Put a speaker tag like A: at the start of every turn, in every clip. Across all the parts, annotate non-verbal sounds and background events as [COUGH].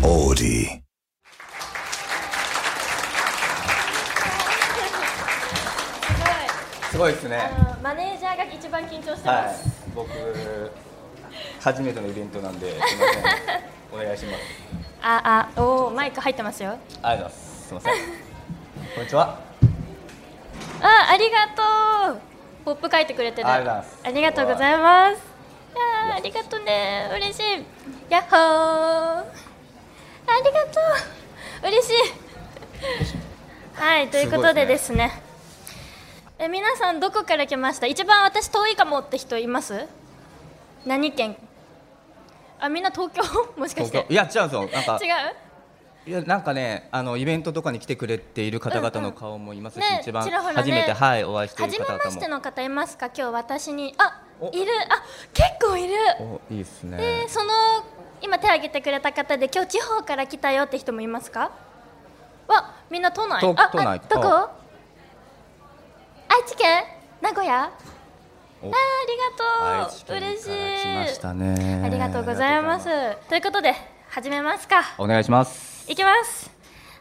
A: Melody.
B: すごいですね。
C: あのマネージャーが一番緊張して
B: は
C: ま
B: い
C: す、、
B: 僕初めてのイベントなんで、すみ
C: [LAUGHS]
B: ません、お願いします。
C: ああおおマイク入ってますよ
B: ありがとうございます。すみません。こんにちは。
C: あありがとうポップ書いてくれてる
B: ありがとうございます
C: ありがとうございますあーありがとね嬉しいやっほーありがとう嬉しいはいということでですねえ皆さんどこから来ました一番私遠いかもって人います何県あみんな東京もしかして
B: いや違うんですよ。なんか
C: 違う
B: いやなんかね、あのイベントとかに来てくれている方々の顔もいますし、
C: ね
B: 一番
C: ちらほらね
B: 初めて、はいお会いしてい
C: 初
B: る
C: め
B: 方
C: まして
B: 々
C: の方いますか今日私にあ
B: お
C: いるあ結構いる
B: も。おいいですね。
C: でその今手挙げてくれた方で今日地方から来たよって人もいますかわみんな都内
B: 都
C: ああ
B: 都内
C: どこ
B: あ
C: 愛知県名古屋あ
B: お
C: あ
B: 愛
C: り
B: 知
C: がとう
B: 県
C: 嬉しい
B: から来ましたね。
C: ありがとうございますということで始めますか
B: お願いします。
C: いきます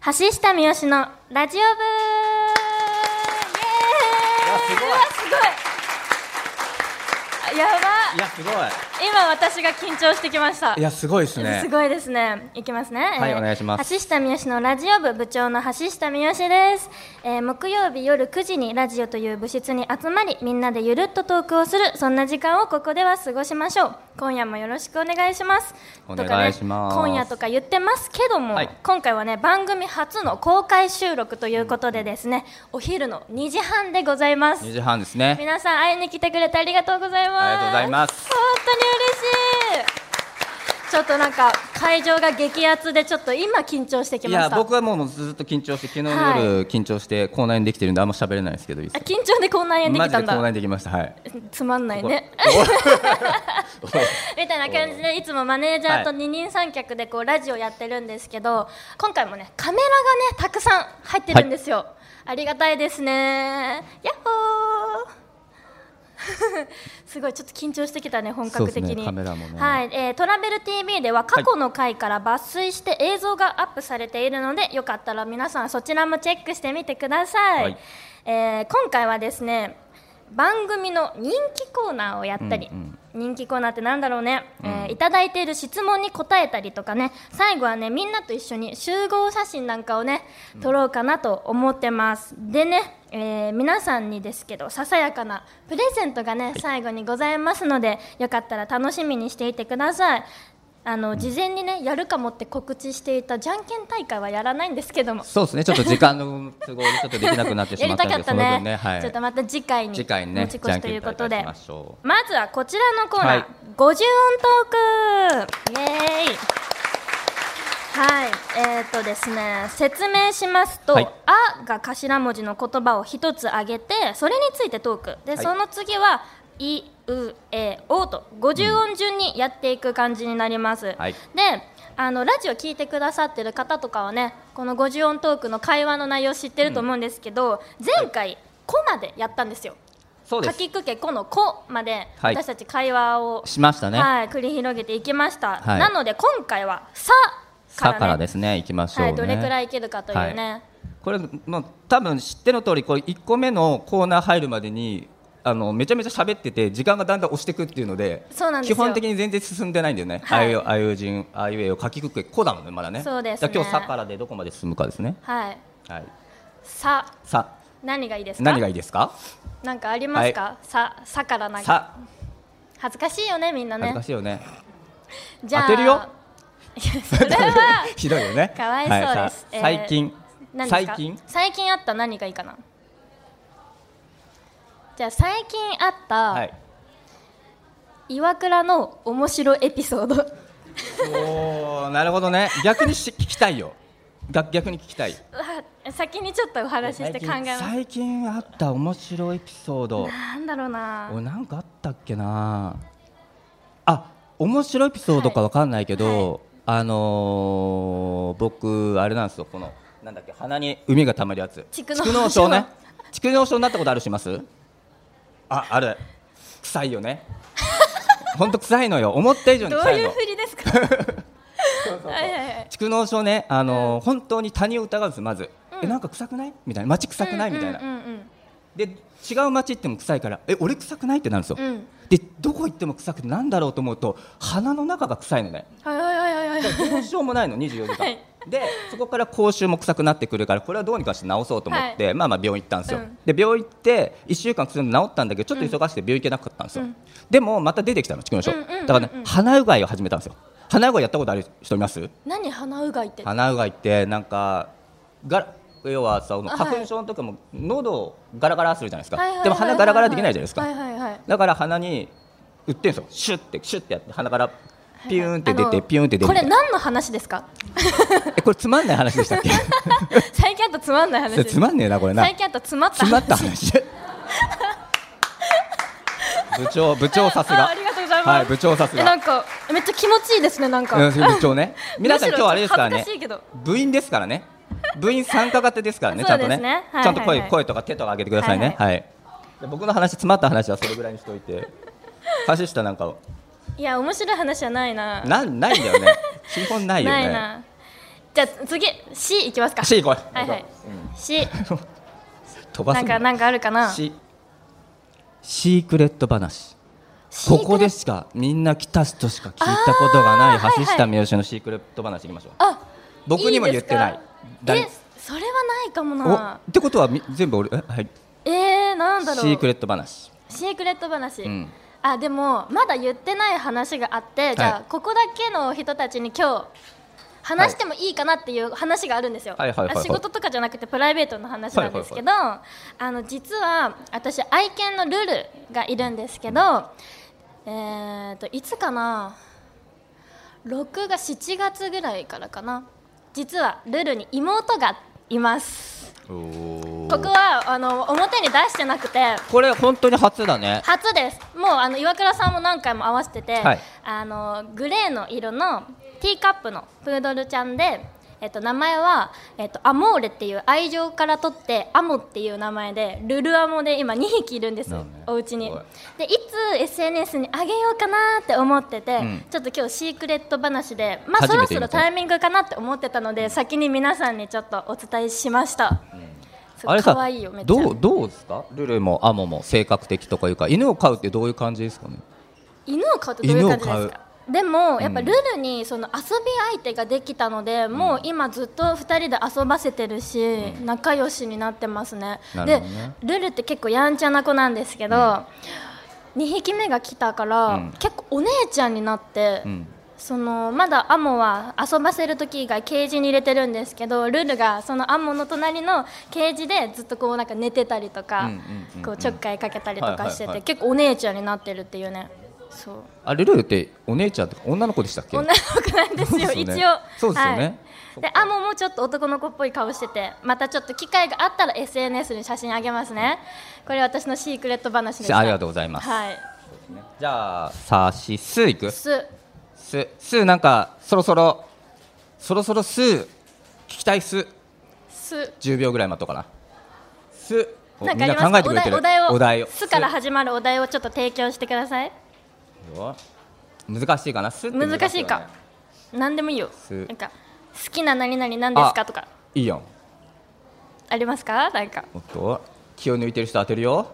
C: 橋下三好のラジオ部イエーイ
B: いやすごいう
C: わすごいやば
B: いやすごい。
C: 今私が緊張してきました
B: いやすごいですね。
C: ごいですねいきますね
B: はいお願いします
C: 橋下三好のラジオ部部長の橋下三好です、えー木曜日夜9時にラジオという部室に集まりみんなでゆるっとトークをするそんな時間をここでは過ごしましょう今夜もよろしくお願いします
B: お願いします
C: とかね、今夜とか言ってますけども、
B: はい
C: 今回はね番組初の公開収録ということでですねお昼の2時半でございます
B: 二時半ですね。
C: 皆さん会いに来てくれてありがとうございます
B: ありがとうございます
C: 本当に嬉しいちょっとなんか会場が激アツでちょっと今緊張してき
B: い
C: ま
B: や
C: した
B: 僕はもうずっと緊張して昨日の
C: はい
B: 夜緊張して口内炎できてるんであんま喋れないですけどいいです
C: あ
B: か
C: 緊張で口内炎で
B: マ
C: き
B: ジで
C: たん
B: 口
C: だ
B: 内炎できました
C: [LAUGHS]
B: はい
C: つまんないね [LAUGHS] みたいな感じでいつもマネージャーと
B: はい
C: 二人三脚でこうラジオやってるんですけど今回もねカメラがねたくさん入ってるんですよ、ありがたいですねやっほー [LAUGHS] すごいちょっと緊張してきたね本格的
B: そうです
C: に、
B: ねカメラもね
C: はいえートラベル TV では過去の回から抜粋して映像がアップされているので、よかったら皆さんそちらもチェックしてみてください、
B: はい
C: えー今回はですね番組の人気コーナーをやったり、
B: うん
C: 人気コーナーってなんだろうね、えーいただいている質問に答えたりとかね最後はねみんなと一緒に集合写真なんかをね撮ろうかなと思ってます、でね、えー皆さんにですけどささやかなプレゼントがね、最後にございますのでよかったら楽しみにしていてくださいあの事前にねやるかもって告知していたじゃんけん大会はやらないんですけども
B: そうですねちょっと時間の都合でちょっとできなくなってし
C: や
B: ま
C: り
B: っ
C: た
B: たん
C: か
B: で
C: った
B: その
C: ね
B: 分ねはい
C: ちょっとまた次回に
B: 次回にね
C: 持ち越しということ
B: じ
C: で
B: ゃんけん大会しましょう
C: まずはこちらのコーナー、
B: はい
C: 50音トークイエーイはいえー、とですね説明しますと「
B: はい
C: あ」が頭文字の言葉を一つ挙げてそれについてトークで、
B: はい
C: その次は「い」「う」「え」「お」と50音順にやっていく感じになります、
B: はい
C: であのラジオ聞いてくださってる方とかはねこの50音トークの会話の内容知ってると思うんですけど、前回「こ」までやったんですよ。
B: そうで
C: か
B: す
C: きくけこの「こ」まで
B: はい
C: 私たち会話を、
B: しましたね、
C: はい繰り広げていきました、
B: はい
C: なので今回は「さ」から,、
B: さ
C: ね
B: からですね行きましょうね、
C: はい、どれくらいいけるかというね、
B: これもう多分知っての通りこれ一個目のコーナー入るまでにあのめちゃめちゃ喋ってて時間がだんだん押してくっていうので
C: そうなんですよ
B: 基本的に全然進んでないんだよね、
C: はい
B: あいうあいう順あいうえを書きくけこだもんねまだね
C: そうですね
B: だから今日さからでどこまで進むかですね
C: はい
B: はい
C: さ
B: さ
C: 何がいいですか
B: 何がいいですか
C: なんかありますか、ささからなんか
B: さ
C: 恥ずかしいよねみんな
B: 恥ず
C: ね
B: かしいよね
C: じゃあ
B: 当てるよ
C: いやそれは
B: ひどいよね
C: かわいそうです
B: さ
C: えー
B: 最近
C: 何です
B: 最
C: か
B: 近
C: 最近あった何がいいかなじゃあ最近あった、
B: はい
C: 岩倉の面白エピソード
B: おーなるほどね逆にし聞きたいよが逆に聞きたいう
C: わ先にちょっとお話しして考えます
B: 最近あった面白いエピソード
C: なんだろうな
B: 俺なんかあったっけなあ面白いエピソードかわかんないけど、あのー僕あれなんですよこのなんだっけ鼻に海が溜まるやつ
C: 蓄膿症
B: 膿症ね蓄膿症になったことあるしますああれ
C: [LAUGHS]
B: 臭いよねほんと臭いのよ思った以上に
C: どう
B: 臭い
C: いう
B: の
C: 振りですかはいはいはい
B: 蓄膿症ね、あのー本当に他人を疑うんですまず、えなんか臭くないみたいな街臭くないみたいな、
C: うんうん
B: で違う街行っても臭いからえ俺臭くないってなるんですよ、
C: うんうん
B: でどこ行っても臭くてなんだろうと思うと鼻の中が臭いのね
C: はいはいはいはいはい
B: どうしようもないの24時間、
C: はい
B: でそこから口臭も臭くなってくるからこれはどうにかして治そうと思って、まあまあ病院行ったんですよ、
C: うん
B: で病院行って1週間薬の治ったんだけどちょっと忙しくて病院行けなかったんですよ、でもまた出てきたの蓄膿症、
C: うんうんうんうん
B: だからね鼻うがいを始めたんですよ鼻うがいやったことある人います
C: 何鼻うがいって
B: 鼻うがいってなんかが要はさ
C: はい
B: 花粉症の時も喉をガラガラするじゃないですか、
C: はいはいはいはい
B: でも鼻ガラガラできないじゃないですか、
C: はいはいはい
B: だから鼻に打ってんすよシュッてシュッてやって鼻からピューンって出
C: あの
B: てピューンって出る
C: こ
B: みた
C: れ
B: いな
C: 何の話ですか
B: えこれつまんない話でしたっけ
C: 最近あったつまんない話
B: そ
C: で
B: れ
C: す
B: つまんねえなこれな
C: 最近あった詰まった
B: 詰まった話部長部長さす
C: あ
B: が
C: ありがとうございます、
B: はい部長さす
C: えな
B: が
C: んかめっちゃ気持ちいいですねなんか、
B: うん部長ね皆さん
C: むし
B: 今日
C: ろ
B: あれですから
C: 恥
B: ね
C: ずかしいけど
B: 部員ですからね部員参加型ですからねち
C: そ
B: ゃ
C: うん
B: と
C: ですね
B: ね
C: はい
B: ちゃんと
C: はい
B: 声
C: はい
B: 声とか手とか上げてくださいねはいで僕の話詰まった話はそれぐらいにしておいて橋下なんか
C: いや面白い話はないな
B: なんないんだ
C: [LAUGHS]
B: よね基本ないよね
C: ないなじゃあ次 C いきますか
B: C 行こう
C: はいはい C
B: 飛ば
C: な
B: す
C: ん
B: の
C: かなんかあるかな
B: C シークレット話ここでしかみんな来た人しか聞いたことがない
C: あーはいはい
B: 橋下三好のシークレット話いきましょう
C: あ
B: 僕にも言ってない
C: いいですか
B: 誰
C: えそれはないかも
B: お
C: な
B: ってことはみ全部俺えはい
C: えー、なんだろう
B: シークレット話
C: シークレット話、
B: うん
C: あでもまだ言ってない話があってじゃあ、
B: はい
C: ここだけの人たちに今日話してもいいかなっていう話があるんですよ、
B: はいはいはいはい
C: あ仕事とかじゃなくてプライベートの話なんですけど、あの実は私愛犬のルルがいるんですけど、えー、といつかな6が7月ぐらいからかな実はルルに妹がいますここはあの表に出してなくて
B: これ本当に初だね
C: 初ですもうあの岩倉さんも何回も合わせてて、
B: はい
C: あのグレーの色のティーカップのプードルちゃんで、えっと、名前は、えっと、アモーレっていう愛情から取ってアモっていう名前でルルアモで今2匹いるんです、
B: なる
C: よ
B: ほどね
C: お家に
B: すごい
C: でいつ SNS にあげようかなって思ってて、
B: ん
C: ちょっと今日シークレット話で、まあ、そ
B: 初
C: ろ
B: めて
C: そ
B: 見
C: ろ
B: た
C: タイミングかなって思ってたので先に皆さんにちょっとお伝えしました、すご
B: あ
C: い
B: れさ
C: 可愛いよめっちゃ
B: どうどうですかルルもアモも性格的とかいうか犬を飼うってどういう感じですかね
C: 犬を飼うってどういう感じで
B: 犬
C: す
B: を
C: かでもやっぱ
B: うん
C: ルルにその遊び相手ができたので、もう今ずっと2人で遊ばせてるし、仲良しになってますね
B: なる
C: で
B: ほどね
C: ルルって結構やんちゃな子なんですけど、2匹目が来たから、
B: うん
C: 結構お姉ちゃんになって、
B: うん
C: そのまだアモは遊ばせる時以外ケージに入れてるんですけどルルがそのアモの隣のケージでずっとこうなんか寝てたりとか、
B: うんうんうんうん
C: こうちょっかいかけたりとかしてて、
B: はいはいはい
C: 結構お姉ちゃんになってるっていうねそう
B: あルルってお姉ちゃんとか女の子でしたっけ
C: 女の子なんですよ、
B: そうですよね
C: 一応
B: そうですよね
C: はい、でアモもちょっと男の子っぽい顔しててまたちょっと機会があったら SNS に写真あげますねこれ私のシークレット話でした
B: ありがとうございます
C: はい
B: じゃあさあしすいく
C: す
B: すすなんかそろそろそろそろす聞きたいす
C: す
B: 10秒ぐらい待とうかなすお
C: な
B: み
C: ん
B: ん
C: かありま
B: な
C: す
B: 考え
C: か
B: てく
C: お
B: れて
C: 題
B: る
C: お題を
B: お題を
C: すから始まるお題をちょっと提供してください
B: よ難しいかなすって
C: 難しい
B: よね
C: か何でもいいよ
B: す
C: なんか好きな何々何ですか
B: あ
C: とか
B: いいよ
C: ありますかなんか
B: おっと気を抜いてる人当て
C: [LAUGHS]
B: るよ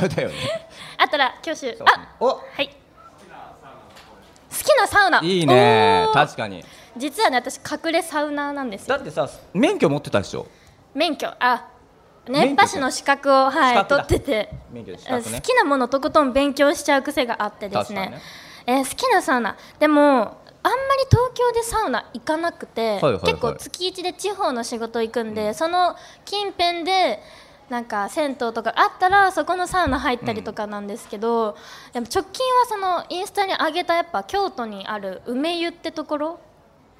B: 嫌だよね
C: あったら挙手
B: そう
C: あ
B: お
C: はい好きなサウナ
B: いいね
C: おー
B: 確かに
C: 実はね私隠れサウナーなんです
B: だ
C: よ
B: ってさ免許持ってたでしょ
C: 免許あ
B: 免許
C: 熱波師の資格を、は
B: 資
C: い、
B: 格
C: 取
B: だ
C: ってて、
B: 免許で資
C: うん
B: 格
C: 好
B: ね
C: きなものとことん勉強しちゃう癖があってですね
B: 確
C: えー好きなサウナでもあんまり東京でサウナ行かなくて、
B: はいはい
C: 結構月1で地方の仕事行くんで、その近辺でなんか銭湯とかあったらそこのサウナ入ったりとかなんですけど、でも直近はそのインスタに上げたやっぱ京都にある梅湯ってところ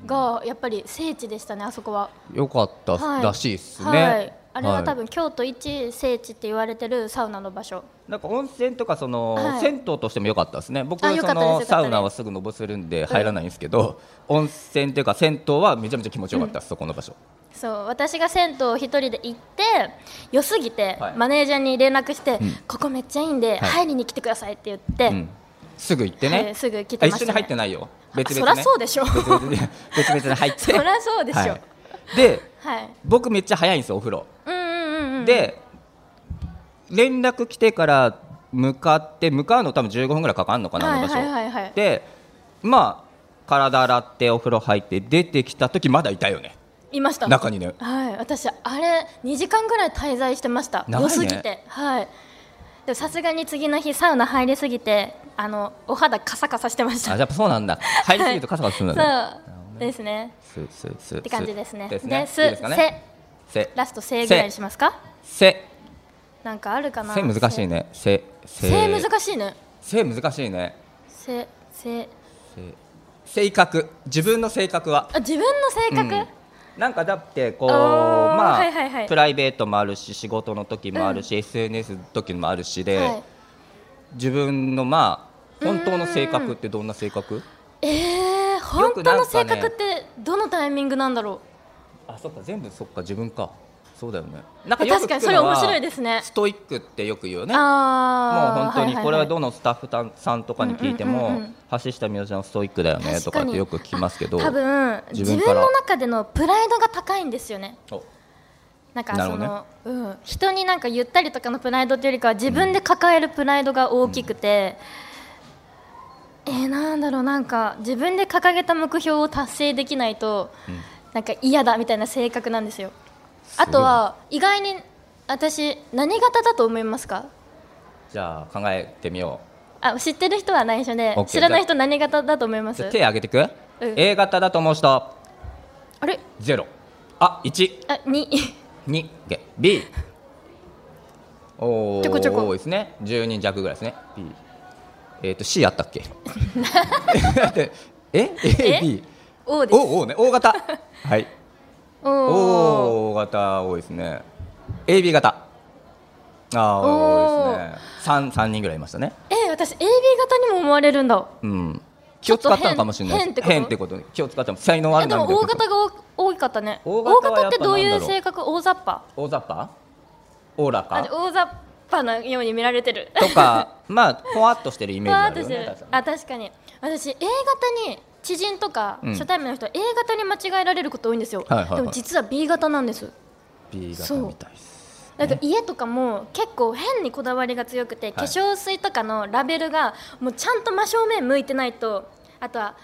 C: がやっぱり聖地でしたねあそこは。
B: よかった
C: はい
B: らしいっすね、
C: はい、あれは多
B: い
C: 分京都一聖地って言われてるサウナの場所
B: なんか温泉とかその、
C: はい
B: 銭湯としても良かったですね僕
C: あ良か
B: そ
C: ったです良かった
B: の
C: です
B: サウナはすぐのぼせるんで入らないんですけど、温泉というか銭湯はめちゃめちゃ気持ちよかったです、そこの場所
C: そう私が銭湯を一人で行って良すぎて、
B: はい
C: マネージャーに連絡して、ここめっちゃいいんで、入りに来てくださいって言って、
B: うんすぐ行って
C: は
B: ね
C: いすぐ来
B: あ
C: てま
B: 一
C: し
B: 緒に
C: た
B: 入って
C: ね
B: ないよ別々
C: そ
B: ね
C: らそうでしょ
B: 別々で別々で入っ
C: [LAUGHS]
B: て
C: そりゃそうでしょ
B: はいで
C: はい
B: 僕めっちゃ早いんですよお風呂
C: うんうんうんうん
B: で連絡来てから向かって向かうの多分15分ぐらいかかるのかな、
C: はい
B: あの場所、
C: はいはいはい
B: でまあ体洗ってお風呂入って出てきた時まだいたよね
C: いました
B: 中にね
C: はい私あれ2時間ぐらい滞在してました
B: 長いね
C: 良すぎてはいでもさすがに次の日サウナ入りすぎてあのお肌カサカサしてまし
B: あ
C: た
B: やっぱそう
C: [LAUGHS]
B: なんだ入りすぎるとカサカサするんだね
C: そうですね
B: すすすっ
C: って感じですね
B: ですね
C: です
B: いいですかねせ
C: せラストせぐらいにしますか
B: せ
C: なんかあるかな
B: せ難しいねせ
C: せせ難しいね
B: せ難しいね
C: せせ
B: せ性格自分の性格は
C: あ自分の性格、
B: うんなんかだってこう
C: おー
B: まあ、
C: はいはいはい
B: プライベートもあるし仕事の時もあるし、SNS の時もあるしで、
C: はい
B: 自分のまあ本当の性格ってどんな性格
C: えー、本当の性格ってどのタイミングなんだろ
B: あそっか全部そっか自分かそうだよねなん
C: う確かにそれ面白いですすね
B: ストイックってよく言うよねもう
C: あ
B: 本
C: あ
B: 当にこれはどのスタッフさんとかに聞いて
C: うんうん
B: も
C: うんうん
B: 橋下美代ちゃんストイックだよねとかってよく聞きますけど
C: 多分
B: 自
C: 自
B: 分
C: 分
B: から
C: の中でのプライドが高いんですよね
B: お
C: なんか
B: なる
C: そ
B: ほどね
C: の、うん、人になんか言ったりとかのプライドっていうよりかは自分で抱えるプライドが大きくて、えー、なんだろうなんか自分で掲げた目標を達成できないと、
B: ん
C: なんか嫌だみたいな性格なんですよ
B: すごい
C: あとは意外に私何型だと思いますか
B: じゃあ考えてみよ
C: あ知ってる人は内緒で
B: OK
C: 知らない人何型だと思いま
B: うじ
C: す
B: ゃあ手挙げてく、A 型だと思う人
C: あれ
B: ゼロあ一
C: あに [LAUGHS]
B: 2 B おお
C: ちょこちょこ
B: 多いですね10人弱ぐらいですね B えっ、と C あったっ
C: [LAUGHS]
B: けだってえ AB
C: O です
B: おおね大型はい
C: お
B: お
C: お
B: お大型多いですね AB 型あー多いですね三三人ぐらいいましたね
C: えー私 AB 型にも思われるんだ
B: うん気を使ったのかもしれない
C: ちょっと
B: です
C: 変
B: 変ってこと気を使ったの才能あ
C: え
B: る
C: で
B: なみ
C: も
B: たいな
C: 大型が多多かったね
B: 大
C: 大型
B: 型はやっ
C: っ
B: ぱ
C: てどうい
B: なん
C: う
B: だろう
C: 性格大雑把
B: 大雑把オーラ
C: あ
B: か
C: 大雑把なように見られてる
B: とかまあほわっとしてるイメージ
C: わ
B: あ
C: ーっ
B: る
C: と
B: よ
C: して
B: ね
C: る
B: 確かに
C: あ確かに私 A 型に知人とか
B: うん
C: 初対面の人は A 型に間違えられること多いんですよ、
B: はいはいはい
C: でも実は B 型なんです
B: B 型
C: そう
B: みたいです
C: なんか家とかも結構変にこだわりが強くて、化粧水とかのラベルがもうちゃんと真正面向いてないとあとは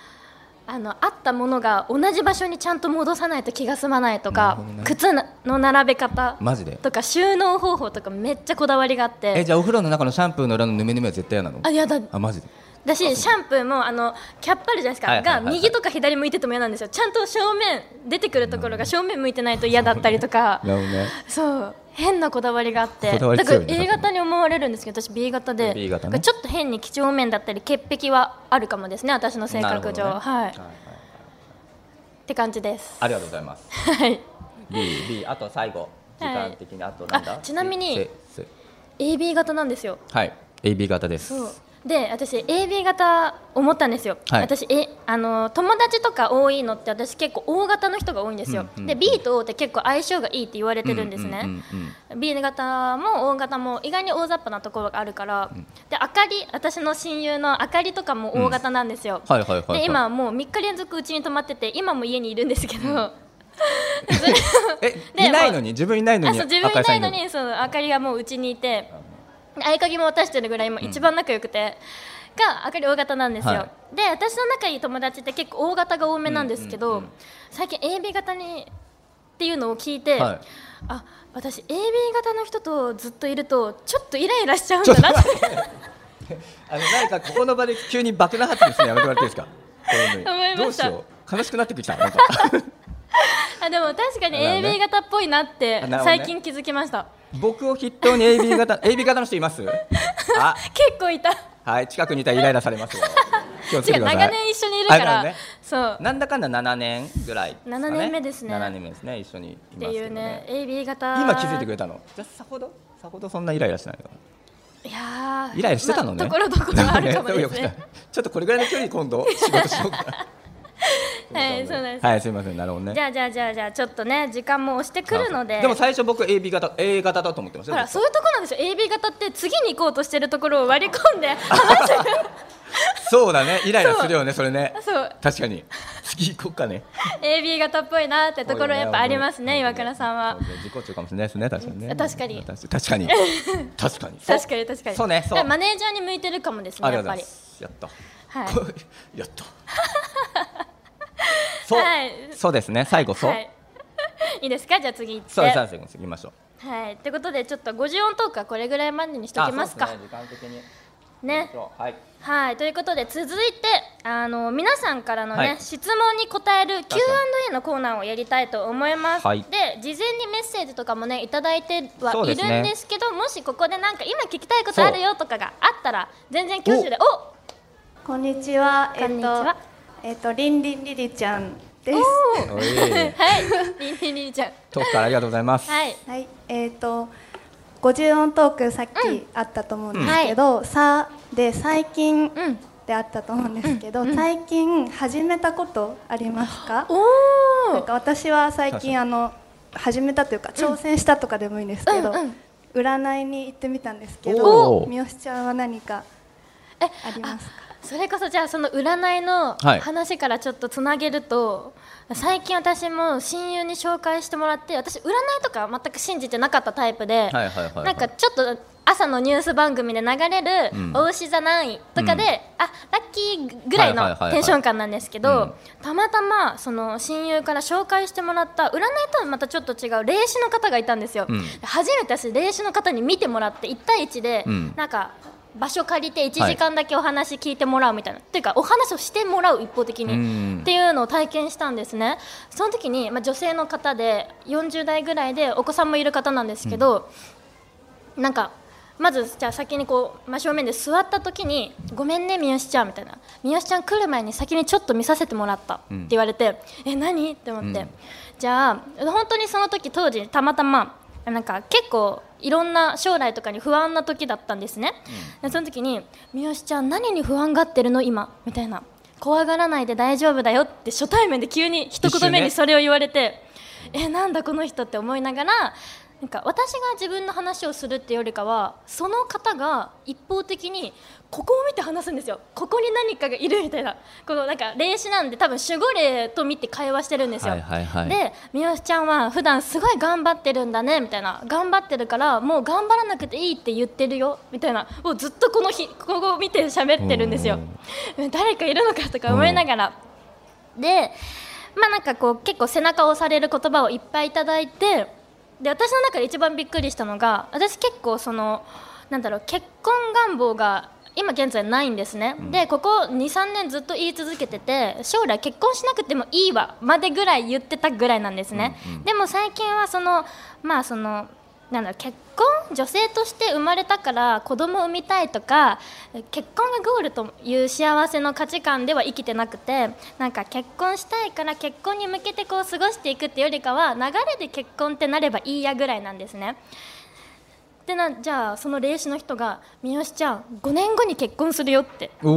C: あのあったものが同じ場所にちゃんと戻さないと気が済まないと
B: な
C: か、
B: るほどね
C: 靴の並べ方
B: マジで
C: とか収納方法とかめっちゃこだわりがあっ
B: え
C: て
B: じゃあお風呂の中のシャンプーの裏のぬめぬめは絶対嫌なの
C: あやだ [LAUGHS]
B: あマジで
C: だしシャンプーもあのキャップあるじゃないですか、
B: はいはいはいはい
C: が右とか左向いてても嫌なんですよちゃんと正面出てくるところが正面向いてないと嫌だったりとか。
B: なるほどね
C: そう変なこだわりがあって
B: こだわり
C: だ
B: 強
C: か
B: い
C: ら
B: ね
C: A 型に思われるんですけど私 B 型で
B: B 型
C: だか
B: ね
C: らちょっと変に几帳面だったり潔癖はあるかもですね私の性格上、
B: な
C: はい
B: るほどね
C: っ
B: はいはい
C: て感じです
B: ありがとうございます
C: はい [LAUGHS]
B: B B あと最後時間的にあとなんだ
C: あちなみに
B: せせ
C: AB 型なんですよ
B: はい AB 型です
C: そうで私 AB 型思ったんですよ、
B: はい
C: 私えあの友達とか多いのって私結構 O 型の人が多いんですよ、
B: うんうん
C: で B と O って結構相性がいいって言われてるんですね、
B: ううんうん
C: B 型も O 型も意外に大雑把なところがあるから、であかり私の親友のあかりとかも O 型なんですよ、
B: はいはいはいはい
C: で今はもう3日連続うちに泊まってて今も家にいるんですけど、あ
B: え
C: [LAUGHS] で
B: いないのに自分いないのに
C: そう自分い
B: 赤井さ
C: なんいのにそうあかりがもううちにいてで合鍵も渡してるぐらい今一番仲良くて、があかり O 型なんですよ、
B: は
C: で私の仲いい友達って結構 O 型が多めなんですけど、
B: うんうんうん
C: 最近 AB 型にっていうのを聞いて、
B: はい
C: あ私 AB 型の人とずっといるとちょっとイライラしちゃうんだなって
B: あのなんかここの場で急に爆弾発言するのやめてもらっていいですかこういうの
C: 思いました
B: どうしよう悲しくなってき
C: [LAUGHS]
B: たなんか
C: [LAUGHS] あでも確かに
B: なるほどね
C: AB 型っぽいなって
B: あなるほどね
C: 最近気づきました、
B: 僕を筆頭に AB 型 AB 型の人いますあ
C: 結構いた
B: はい近くにいたらイライラさ
C: [LAUGHS]
B: れますよ気をつけ
C: 違
B: て
C: う
B: ください
C: 長年一緒にいるか
B: あな
C: ら、
B: るほどね
C: そう
B: なんだかんだ7年ぐらいですか、ね、
C: 7年目ですね
B: 7年目ですね一緒にいます
C: っ
B: け
C: て
B: ど、ね、
C: いうね AB 型
B: 今気づいてくれたのじゃあさほどさほどそんなイライラしないの
C: いやー
B: イライラしてたの
C: ま
B: ね、
C: あところどころあるかも
B: [LAUGHS] そうい
C: で
B: う
C: す
B: こと
C: ね
B: だちょっとこれぐらいの距離今度仕事しようかな
C: はいそうなんです
B: はいすみませんなるほどね
C: じゃあじゃあじゃあじゃあちょっとね時間も押してくるので
B: でも最初僕 AB 型 A 型だと思ってました
C: ほ
B: よ
C: らそういうとこなんですよ AB 型って次に行こうとしてるところを割り込んで話してる
B: そうだねイライラするよねそれね [LAUGHS]
C: そう
B: 確かに次行こうかね
C: AB 型っぽいなってところやっぱありますね岩倉さんは
B: そうね自己中かもしれないですね確かにね
C: 確かに
B: 確
C: [LAUGHS]
B: かに確かに
C: 確かに確かに
B: そうねそう
C: だらマネージャーに向いてるかもですね
B: あり
C: や
B: が
C: っぱ
B: とうござい
C: り
B: ますやった
C: はい
B: [LAUGHS] やったそう、
C: はい
B: そうですね最後そう、
C: はい、 [LAUGHS] いいですかじゃあ次行って
B: そうです最後行きましょう
C: はいということでちょっと50音トークはこれぐらいまでにしときますか
B: あそうでね時間的に
C: ね
B: はい
C: はいということで続いてあの皆さんからのね、
B: はい
C: 質問に答える
B: かに
C: Q&A のコーナーをやりたいと思います、
B: はい
C: で事前にメッセージとかもねいただいては
B: そう
C: いる
B: で
C: ん
B: すね
C: ですけどもしここでなんか今聞きたいことあるよとかがあったら全然挙手でお
A: こんにちは。
C: こんにちは
A: えっと、えっと、りんりんりりちゃんです。
B: おい
C: はいりんりんりん
B: [LAUGHS]
C: ちゃん
B: トークからありがとうございます
C: はい
A: はい、えっ、と、五十音トークさっきあったと思うんですけど、さで最近
C: うん
A: であったと思うんですけど、最近始めたことありますか？
C: お
A: なんか私は最
B: 確かに
A: 近あの始めたというか挑戦したとかでもいいんですけど、
C: うんうん
A: 占いに行ってみたんですけ
B: お
A: ど、
B: ー
A: 三好ちゃんは何か
C: え
A: ありますか？
C: それこそじゃあその占いの
B: はい
C: 話からちょっとつなげると、最近私も親友に紹介してもらって私占いとか全く信じてなかったタイプで、
B: はいはいはいはい
C: なんかちょっと朝のニュース番組で流れる
B: うん
C: 「お牛座何位」とかで、
B: うん
C: あラッキーぐらい
B: はい
C: の
B: はいはいはい
C: テンション感なんですけど、
B: うん
C: たまたまその親友から紹介してもらった占いとはまたちょっと違う霊視の方がいたんですよ、
B: うん
C: 初めて私霊視の方に見てもらって1対1で、
B: うん
C: なんか場所借りて1
B: はい
C: 時間だけお話聞いてもらうみたいな、っていうかお話をしてもらう一方的に、
B: うん
C: っていうのを体験したんですねその時に、まあ、女性の方で40代ぐらいでお子さんもいる方なんですけど、なんかまずじゃあ先にこう真正面で座った時に「ごめんね三好ちゃん」みたいな「三好ちゃん来る前に先にちょっと見させてもらった」って
B: うん
C: 言われて「え何?」って思って、
B: うん
C: じゃあ本当にその時当時たまたまなんか結構いろんな将来とかに不安な時だったんですね、でその時に「三好ちゃん何に不安がってるの今」みたいな「怖がらないで大丈夫だよ」って初対面で急に一
B: 一緒
C: 言
B: ね
C: 目にそれを言われて、えなんだこの人って思いながらなんか私が自分の話をするっていうよりかはその方が一方的にここを見て話すんですよここに何かがいるみたいなこのなんか霊視なんで多分守護霊と見て会話してるんですよ、
B: はいはいはい
C: で三好ちゃんは普段すごい頑張ってるんだねみたいな頑張ってるからもう頑張らなくていいって言ってるよみたいなもうずっとこの日ここを見て喋ってるんですよ誰かいるのかとか思いながらでまあなんかこう結構背中を押される言葉をいっぱいいただいてで私の中で一番びっくりしたのが私結構そのなんだろう結婚願望が今現在ないんですね、でここ23年ずっと言い続けてて将来結婚しなくてもいいわまでぐらい言ってたぐらいなんですね、でも最近はそのまあそのなんだろう結婚女性として生まれたから子供を産みたいとか結婚がゴールという幸せの価値観では生きてなくてなんか結婚したいから結婚に向けてこう過ごしていくっていうよりかは流れで結婚ってなればいいやぐらいなんですね。でなじゃあその霊視の人が「三好ちゃん5年後に結婚するよ」って
B: お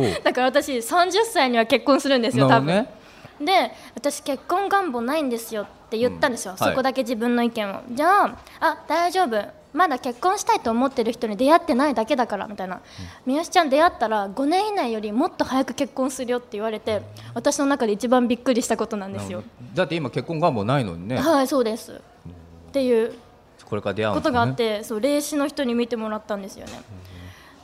B: お
C: だから私30歳には結婚するんですよ
B: な
C: 多
B: るほど
C: 分
B: ね。
C: で私結婚願望ないんですよって言ったんですよ、
B: うんはい
C: そこだけ自分の意見を、じゃああ大丈夫まだ結婚したいと思ってる人に出会ってないだけだからみたいな、三好ちゃん出会ったら5年以内よりもっと早く結婚するよって言われて私の中で一番びっくりしたことなんですよ、
B: だって今結婚願望ないのにね
C: はいそうですっていう
B: これから出会う
C: こ
B: んです
C: と
B: ね
C: があって、そう霊視の人に見てもらったんですよね。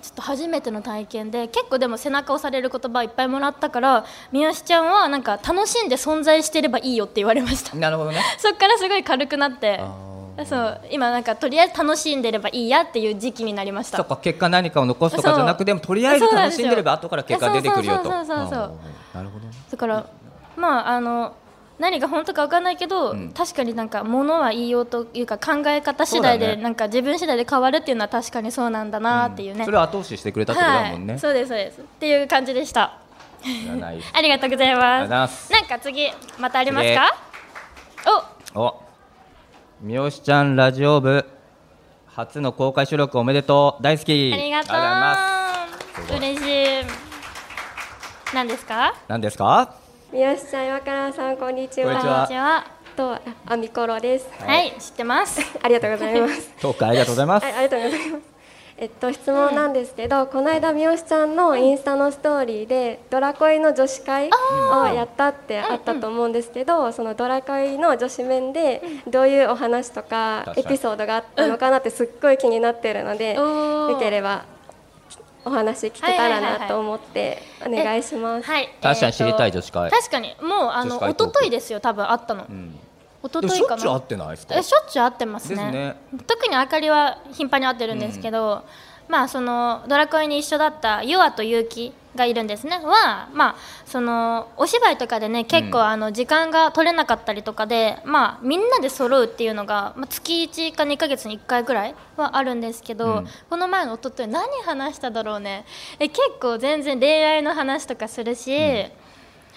C: ちょっと初めての体験で結構でも背中を押される言葉いっぱいもらったから三好ちゃんはなんか楽しんで存在してればいいよって言われました
B: なるほどね
C: そっからすごい軽くなって
B: あー
C: そう今なんかとりあえず楽しんでればいいやっていう時期になりました
B: そっか結果何かを残すとかじゃなくてもとりあえず楽しんでれば後から結果出てくるよと
C: そうそうそうそうそう
B: あーなるほどね
C: だからまああの何が本当か分かんないけど、
B: ん
C: 確かになんかものは言いようというか考え方次第
B: そう
C: で
B: だね
C: なんか自分次第で変わるっていうのは確かにそうなんだなっていうね、
B: それを後押ししてくれたってことだもんね
C: はい、そうですそうですっていう感じでした
B: 占い
C: ありがとうございます
B: ありがとうございます
C: なんか次またありますか
B: お三好ちゃんラジオ部初の公開収録おめでとう大好き
C: おありがとう
B: ありがとうございますすごい
C: 嬉しい何ですか
B: 何ですか
D: 三好ちゃん、岩倉さん、こんにち
B: こんにちは
D: は。
C: は
D: と、あみころです。
C: はい、知ってます
B: [LAUGHS]
D: ありがとうございます。
B: トークありがとうございます
D: はい、ありがとうございます。えっと、質問なんですけど、この間三好ちゃんのインスタのストーリーでドラ恋の女子会をやったってあったと思うんですけど、そのドラ恋の女子面でどういうお話とか
B: 確
D: エ
B: かに
D: ピソードがあったのかなってすっごい気になってるので、
C: おー
D: よければお話聞けたらなと思ってお願いします。
C: はい、
B: 確か
C: えー
B: に
C: と
B: 知りたい女子会
C: 確かにもうあの
B: 女子会
C: 一
B: トーク
C: 昨日ですよ多分あったの、
B: うん
C: 一昨
B: でも
C: 日
B: しょ
C: か
B: っちゅう会
C: な
B: ってないですか
C: えしょっちゅう会ってます
B: ですね
C: ね特にあかりは頻繁に会ってるんですけど、まあそのドラクエに一緒だったユアとユウキがいるんですねはまあそのお芝居とかでね結
B: うん
C: 構あの時間が取れなかったりとかで、まあみんなで揃うっていうのが、まあ、月1か2ヶ月に1回ぐらいはあるんですけど、
B: うん
C: この前の一昨日何話しただろうねえ結構全然恋愛の話とかするし、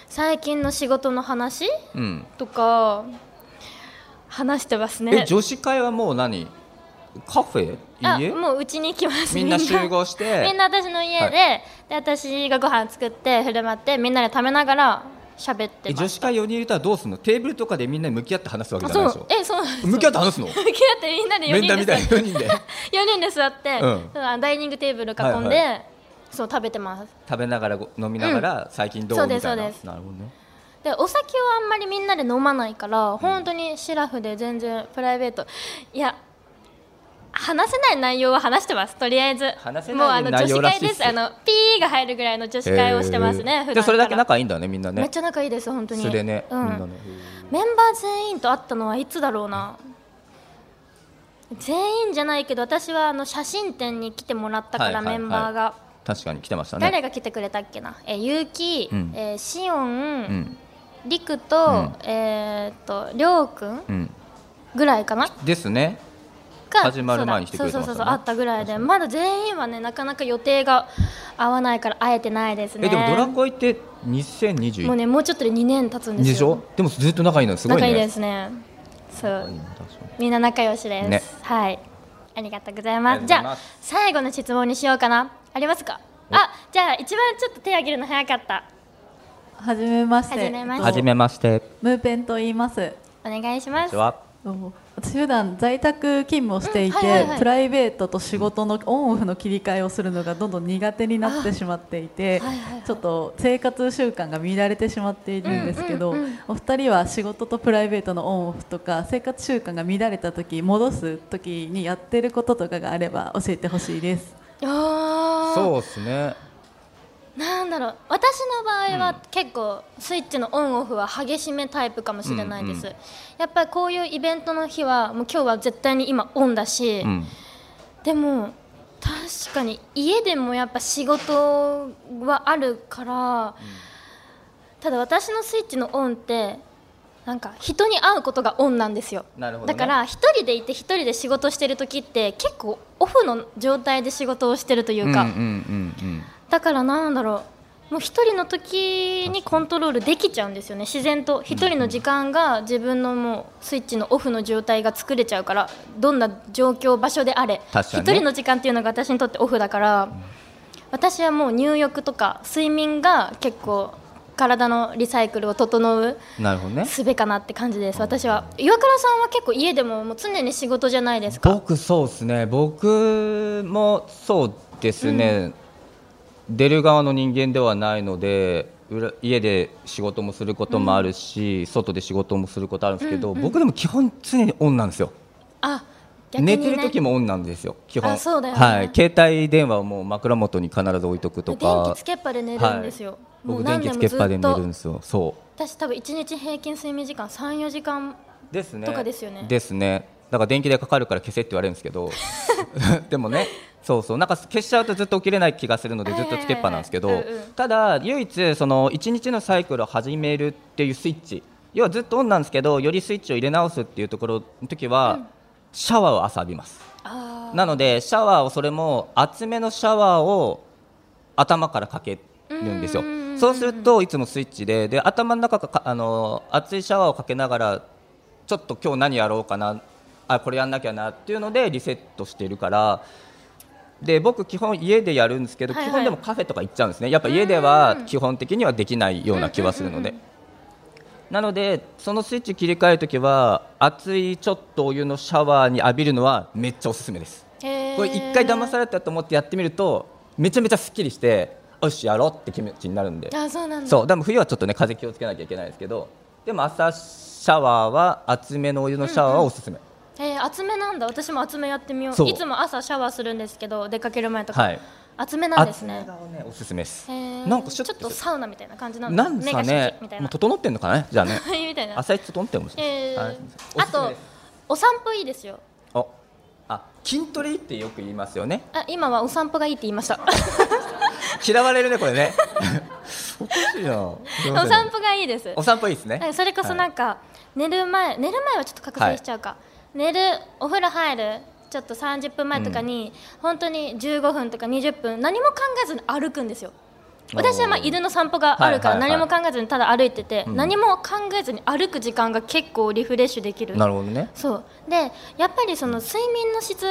C: 最近の仕事の話
B: うん
C: とか話してますね
B: え女子会はもう何カフェ
C: あ
B: 家
C: もううちに行きます
B: みんな集合し
C: [LAUGHS]
B: て
C: みんな私の家で,、で私がご飯作って振る舞ってみんなで食べながら喋って
B: え
C: ま
B: 女
C: す
B: 子会4人いるとはどうすんのテーブルとかでみんなに向き合って話すわけ
C: あ
B: じゃない
C: そ
B: でし
C: う
B: ょ
C: えそうなんですよ
B: [LAUGHS] 向き合って話すの
C: 向き合ってみんなで4
B: 面
C: 人
B: 談みた
C: で
B: いな4人で
C: [LAUGHS] 四人で座って、
B: うん
C: そうあダイニングテーブル囲んで、
B: はい
C: そう食べてます
B: 食べながらご飲みながら最近どう
C: そう
B: み
C: です
B: たいな
C: そ
B: な
C: う
B: る
C: です
B: ほどね
C: でお酒はあんまりみんなで飲まないから本当にシラフで全然プライベートいや話せない内容は話してますとりあえず
B: 話せな
C: も
B: い
C: うあの女
B: 内容
C: 子
B: らしい
C: 会
B: っすよ
C: ですあのピーが入るぐらいの女子会をしてます
B: へ
C: ね
B: ー
C: 普段
B: でそれだけ
C: から
B: 仲いいんだねみんな
C: めっ
B: ね
C: ちゃ仲いいです本当に
B: 素でね
C: う
B: み
C: ん
B: んなね
C: メンバー全員と会ったのはいつだろうな全員じゃないけど私はあの写真展に来てもらったから、
B: はいはいはい
C: メンバーが
B: 確かに来てましたね
C: 誰が来てくれたっけなえゆうき、
B: うん
C: えーしおん、
B: うん
C: りくと、えーっとりょうくん
B: うん
C: ぐらいかな
B: ですね
C: が
B: 始まる前に来てくれてました
C: そうだそうそ
B: ね
C: うそうあったぐらいでまだ全員はねなかなか予定が合わないから会えてないですね
B: えでもドラコイって2021
C: もうねもうちょっとで2年経つんですよ
B: でしょでもずっと仲いいのすごいね
C: 仲いいですねそ
B: 仲いういね確かに
C: みんな仲良しです、
B: ね
C: はいありがとうございま
B: あ
C: す
B: り
C: じ
B: がとうご
C: ゃ
B: ざいま
C: あ
B: す
C: 最後の質問にしようかなありますかあじゃあ一番ちょっと手を挙げるの早かった
E: はじめまして。
C: はじめまして
B: はじめまして
E: ムーペンと言います。
C: お願いします
B: では
E: 私普段在宅勤務をしていて、
C: うんはいはいはい
E: プライベートと仕事のオンオフの切り替えをするのがどんどん苦手になってしまっていて、
C: あはいはいはい
E: ちょっと生活習慣が乱れてしまっているんですけど、お二人は仕事とプライベートのオンオフとか生活習慣が乱れた時戻す時にやってることとかがあれば教えてほしいです。
C: あー
B: そうですね
C: なんだろう私の場合は結構スイッチのオンオフは激しめタイプかもしれないです、
B: うんうん
C: やっぱりこういうイベントの日はもう今日は絶対に今オンだし、
B: うん
C: でも確かに家でもやっぱ仕事はあるから、ただ私のスイッチのオンってなんか人に会うことがオンなんですよ
B: なるほどね
C: だから一人でいて一人で仕事してる時って結構オフの状態で仕事をしてるというか、
B: うんうんうん
C: だからなんだろうもう一人の時にコントロールできちゃうんですよね自然と一人の時間が自分のもうスイッチのオフの状態が作れちゃうからどんな状況場所であれ
B: 確か
C: 一
B: にね
C: 人の時間っていうのが私にとってオフだから、私はもう入浴とか睡眠が結構体のリサイクルを整う
B: うんなるほどね
C: すべかなって感じです私は岩倉さんは結構家でももう常に仕事じゃないですか
B: 僕そうですね僕もそうですね、出る側の人間ではないので裏家で仕事もすることもあるし、外で仕事もすることあるんですけど、僕でも基本常にオンなんですよ、
C: あ逆に、ね、
B: 寝てる時もオンなんですよ基本
C: あそうだよね
B: はい、携帯電話をもう枕元に必ず置いとくとか
C: 電気つけっぱで寝るんですよ、
B: はい
C: もう
B: 僕
C: 何
B: 電
C: 年
B: 気つ
C: も
B: け
C: ず
B: っぱで
C: っ
B: 寝るん
C: と
B: ですよそう
C: 私多分一日平均睡眠時間34時間
B: ですね。
C: とかですよね
B: ですねだから電気代かかるから消せって言われるんですけ
C: [LAUGHS]
B: ど、でもね、そうそう、なんか消しちゃうとずっと起きれない気がするので、ずっとつけっぱなんですけ
C: はい
B: ど
C: はいはいはいうんうん、
B: ただ、唯一、その1日のサイクルを始めるっていうスイッチ、要はずっとオンなんですけど、よりスイッチを入れ直すっていうところの時は、シャワーを朝浴びます。
C: あ
B: なので、シャワーを、それも厚めのシャワーを頭からかけるんですよ
C: うんうんうんう。ん
B: そうするといつもスイッチで、で頭の中かかあの熱いシャワーをかけながら、ちょっと今日何やろうかな、あこれやんなきゃなっていうのでリセットしてるから。で僕、基本家でやるんですけど、
C: はいはい
B: 基本でもカフェとか行っちゃうんですね、やっぱ家では基本的にはできないような気はするので、なので、そのスイッチ切り替えるときは、熱いちょっとお湯のシャワーに浴びるのはめっちゃおすすめです。
C: へえ
B: これ一回騙されたと思ってやってみるとめちゃめちゃすっきりしてよしやろうって気持ちになるんで
F: あそうなんだ
B: そうでも冬はちょっとね風気をつけなきゃいけないですけどでも朝シャワーは厚めのお湯のシャワーはおすすめ、
C: えー、厚めなんだ私も厚めやってみよう
B: そう
C: いつも朝シャワーするんですけど出かける前とか、
B: はい
C: 厚めなんで
B: 厚
C: す
B: め
C: ね
B: がねおすすめです、
C: えー
B: なんかシ
C: ちょ
B: ュッ
C: っ
B: と
C: と
B: す
C: サウナみたいな感じな
B: る
C: んだ
B: なんですか
C: 目がシャ
B: ね
C: キッみたい
B: も
C: な
B: う整ってんのかねじゃあね
C: [LAUGHS] みたいな
B: 朝一整ってるかもしれない
C: え
B: です、
C: ー
B: はいお
C: あ
B: すすめ
C: と
B: です
C: お散歩いいですよ
B: ああ筋トレってよく言いますよね
C: あ今はお散歩がいいって言いました
B: 嫌われるねこ
C: [LAUGHS]
B: れねおかしいなすい
C: お
B: ません
C: 散歩がいいです
B: お散歩いいですね、
C: はいそれこそなんか、寝る前寝る前はちょっと覚醒しちゃうか、寝るお風呂入るちょっと30分前とかに、本当に15分とか20分何も考えずに歩くんですよ
B: おー
C: 私はまあ犬の散歩があるから
B: はいはい
C: 何
B: はい
C: も考えずにただ歩いてて、
B: うん
C: 何も考えずに歩く時間が結構リフレッシュできる
B: なるほどね
C: そうでやっぱりその睡眠の質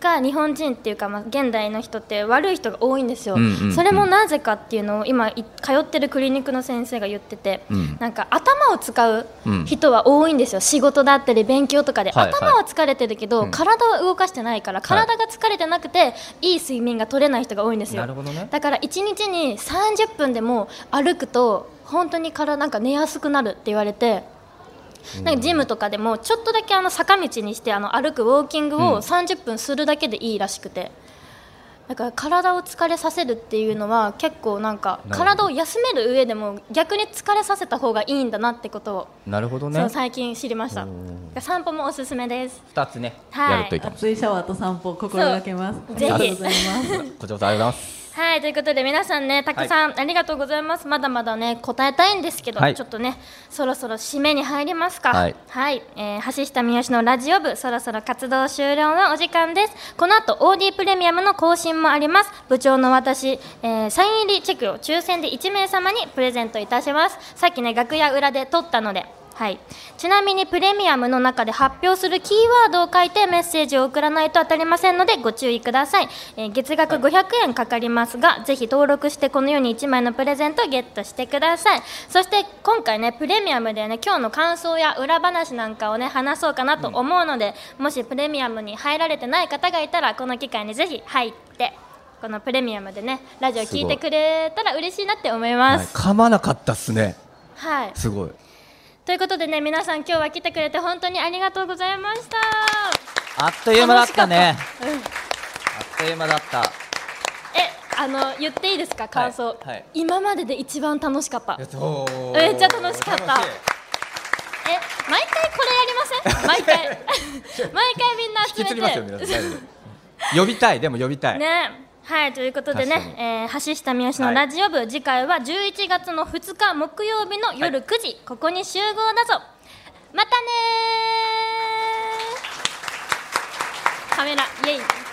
C: が日本人っていうか、まあ、現代の人って悪い人が多いんですよ、
B: うんうんうん
C: それもなぜかっていうのを今い通ってるクリニックの先生が言ってて、
B: うん
C: なんか頭を使う
B: うん
C: 人は多いんですよ仕事だったり勉強とかで、
B: はいはい
C: 頭は疲れてるけど、
B: ん
C: 体は動かしてないから体が疲れてなくて、い、い睡眠が取れない人が多いんですよ
B: なるほどね
C: だから1日に30分でも歩くと本当にからなんか寝やすくなるって言われて。なんかジムとかでもちょっとだけあの坂道にしてあの歩くウォーキング
B: うん
C: を30分するだけでいいらしくて、だから体を疲れさせるっていうのは結構なんか
B: なるほ
C: 体
B: ど
C: を休める上でも逆に疲れさせた方がいいんだなってことを、
B: なるほど
C: そ
B: ね
C: う最近知りました
B: おー
C: 散歩もおすすめです
B: 二つね、
C: はい
B: やるといいかもし
E: 熱いシャワーと散歩を心がけます
C: そう
E: ありが
C: ぜひ
E: とうございま
C: [LAUGHS]
E: す
B: れないこちらこそありがとうございます
C: はいということで皆さんねたくさんありがとうございます、まだまだね答えたいんですけど、
B: はい
C: ちょっとねそろそろ締めに入りますか
B: はい、
C: えー橋下三好のラジオ部そろそろ活動終了のお時間ですこの後 OD プレミアムの更新もあります部長の私、えーサイン入りチェキを抽選で1名様にプレゼントいたしますさっきね楽屋裏で撮ったのではい、ちなみにプレミアムの中で発表するキーワードを書いてメッセージを送らないと当たりませんのでご注意ください、えー月額500円かかりますがぜひ登録してこのように1枚のプレゼントをゲットしてくださいそして今回ねプレミアムでね今日の感想や裏話なんかをね話そうかなと思うので、もしプレミアムに入られてない方がいたらこの機会にぜひ入ってこのプレミアムでねラジオ聞いてくれたら嬉しいなって思いま
B: はい
C: す
B: 噛まなかったっすね
C: はい
B: すごい
C: ということでね皆さん今日は来てくれて本当にありがとうございました
B: あっという間だったねあっという間だった
C: えあの言っていいですか感想、
B: はい
C: 今までで一番楽しかったえ
B: やっとー
C: めっちゃ楽しかった
B: 楽し
C: 毎回これやりません毎回毎
B: [LAUGHS]
C: 回みんない
B: 引き
C: 集
B: つり
C: め
B: ま
C: て
B: す
C: [LAUGHS]
B: よ皆さん大丈夫呼びたいでも呼びたい、
C: ねはいということで
B: 確か
C: ね、
B: に
C: えー橋下三好のラジオ部、次回は11月の2日木曜日の夜9時、ここに集合だぞまたねーカメライエイ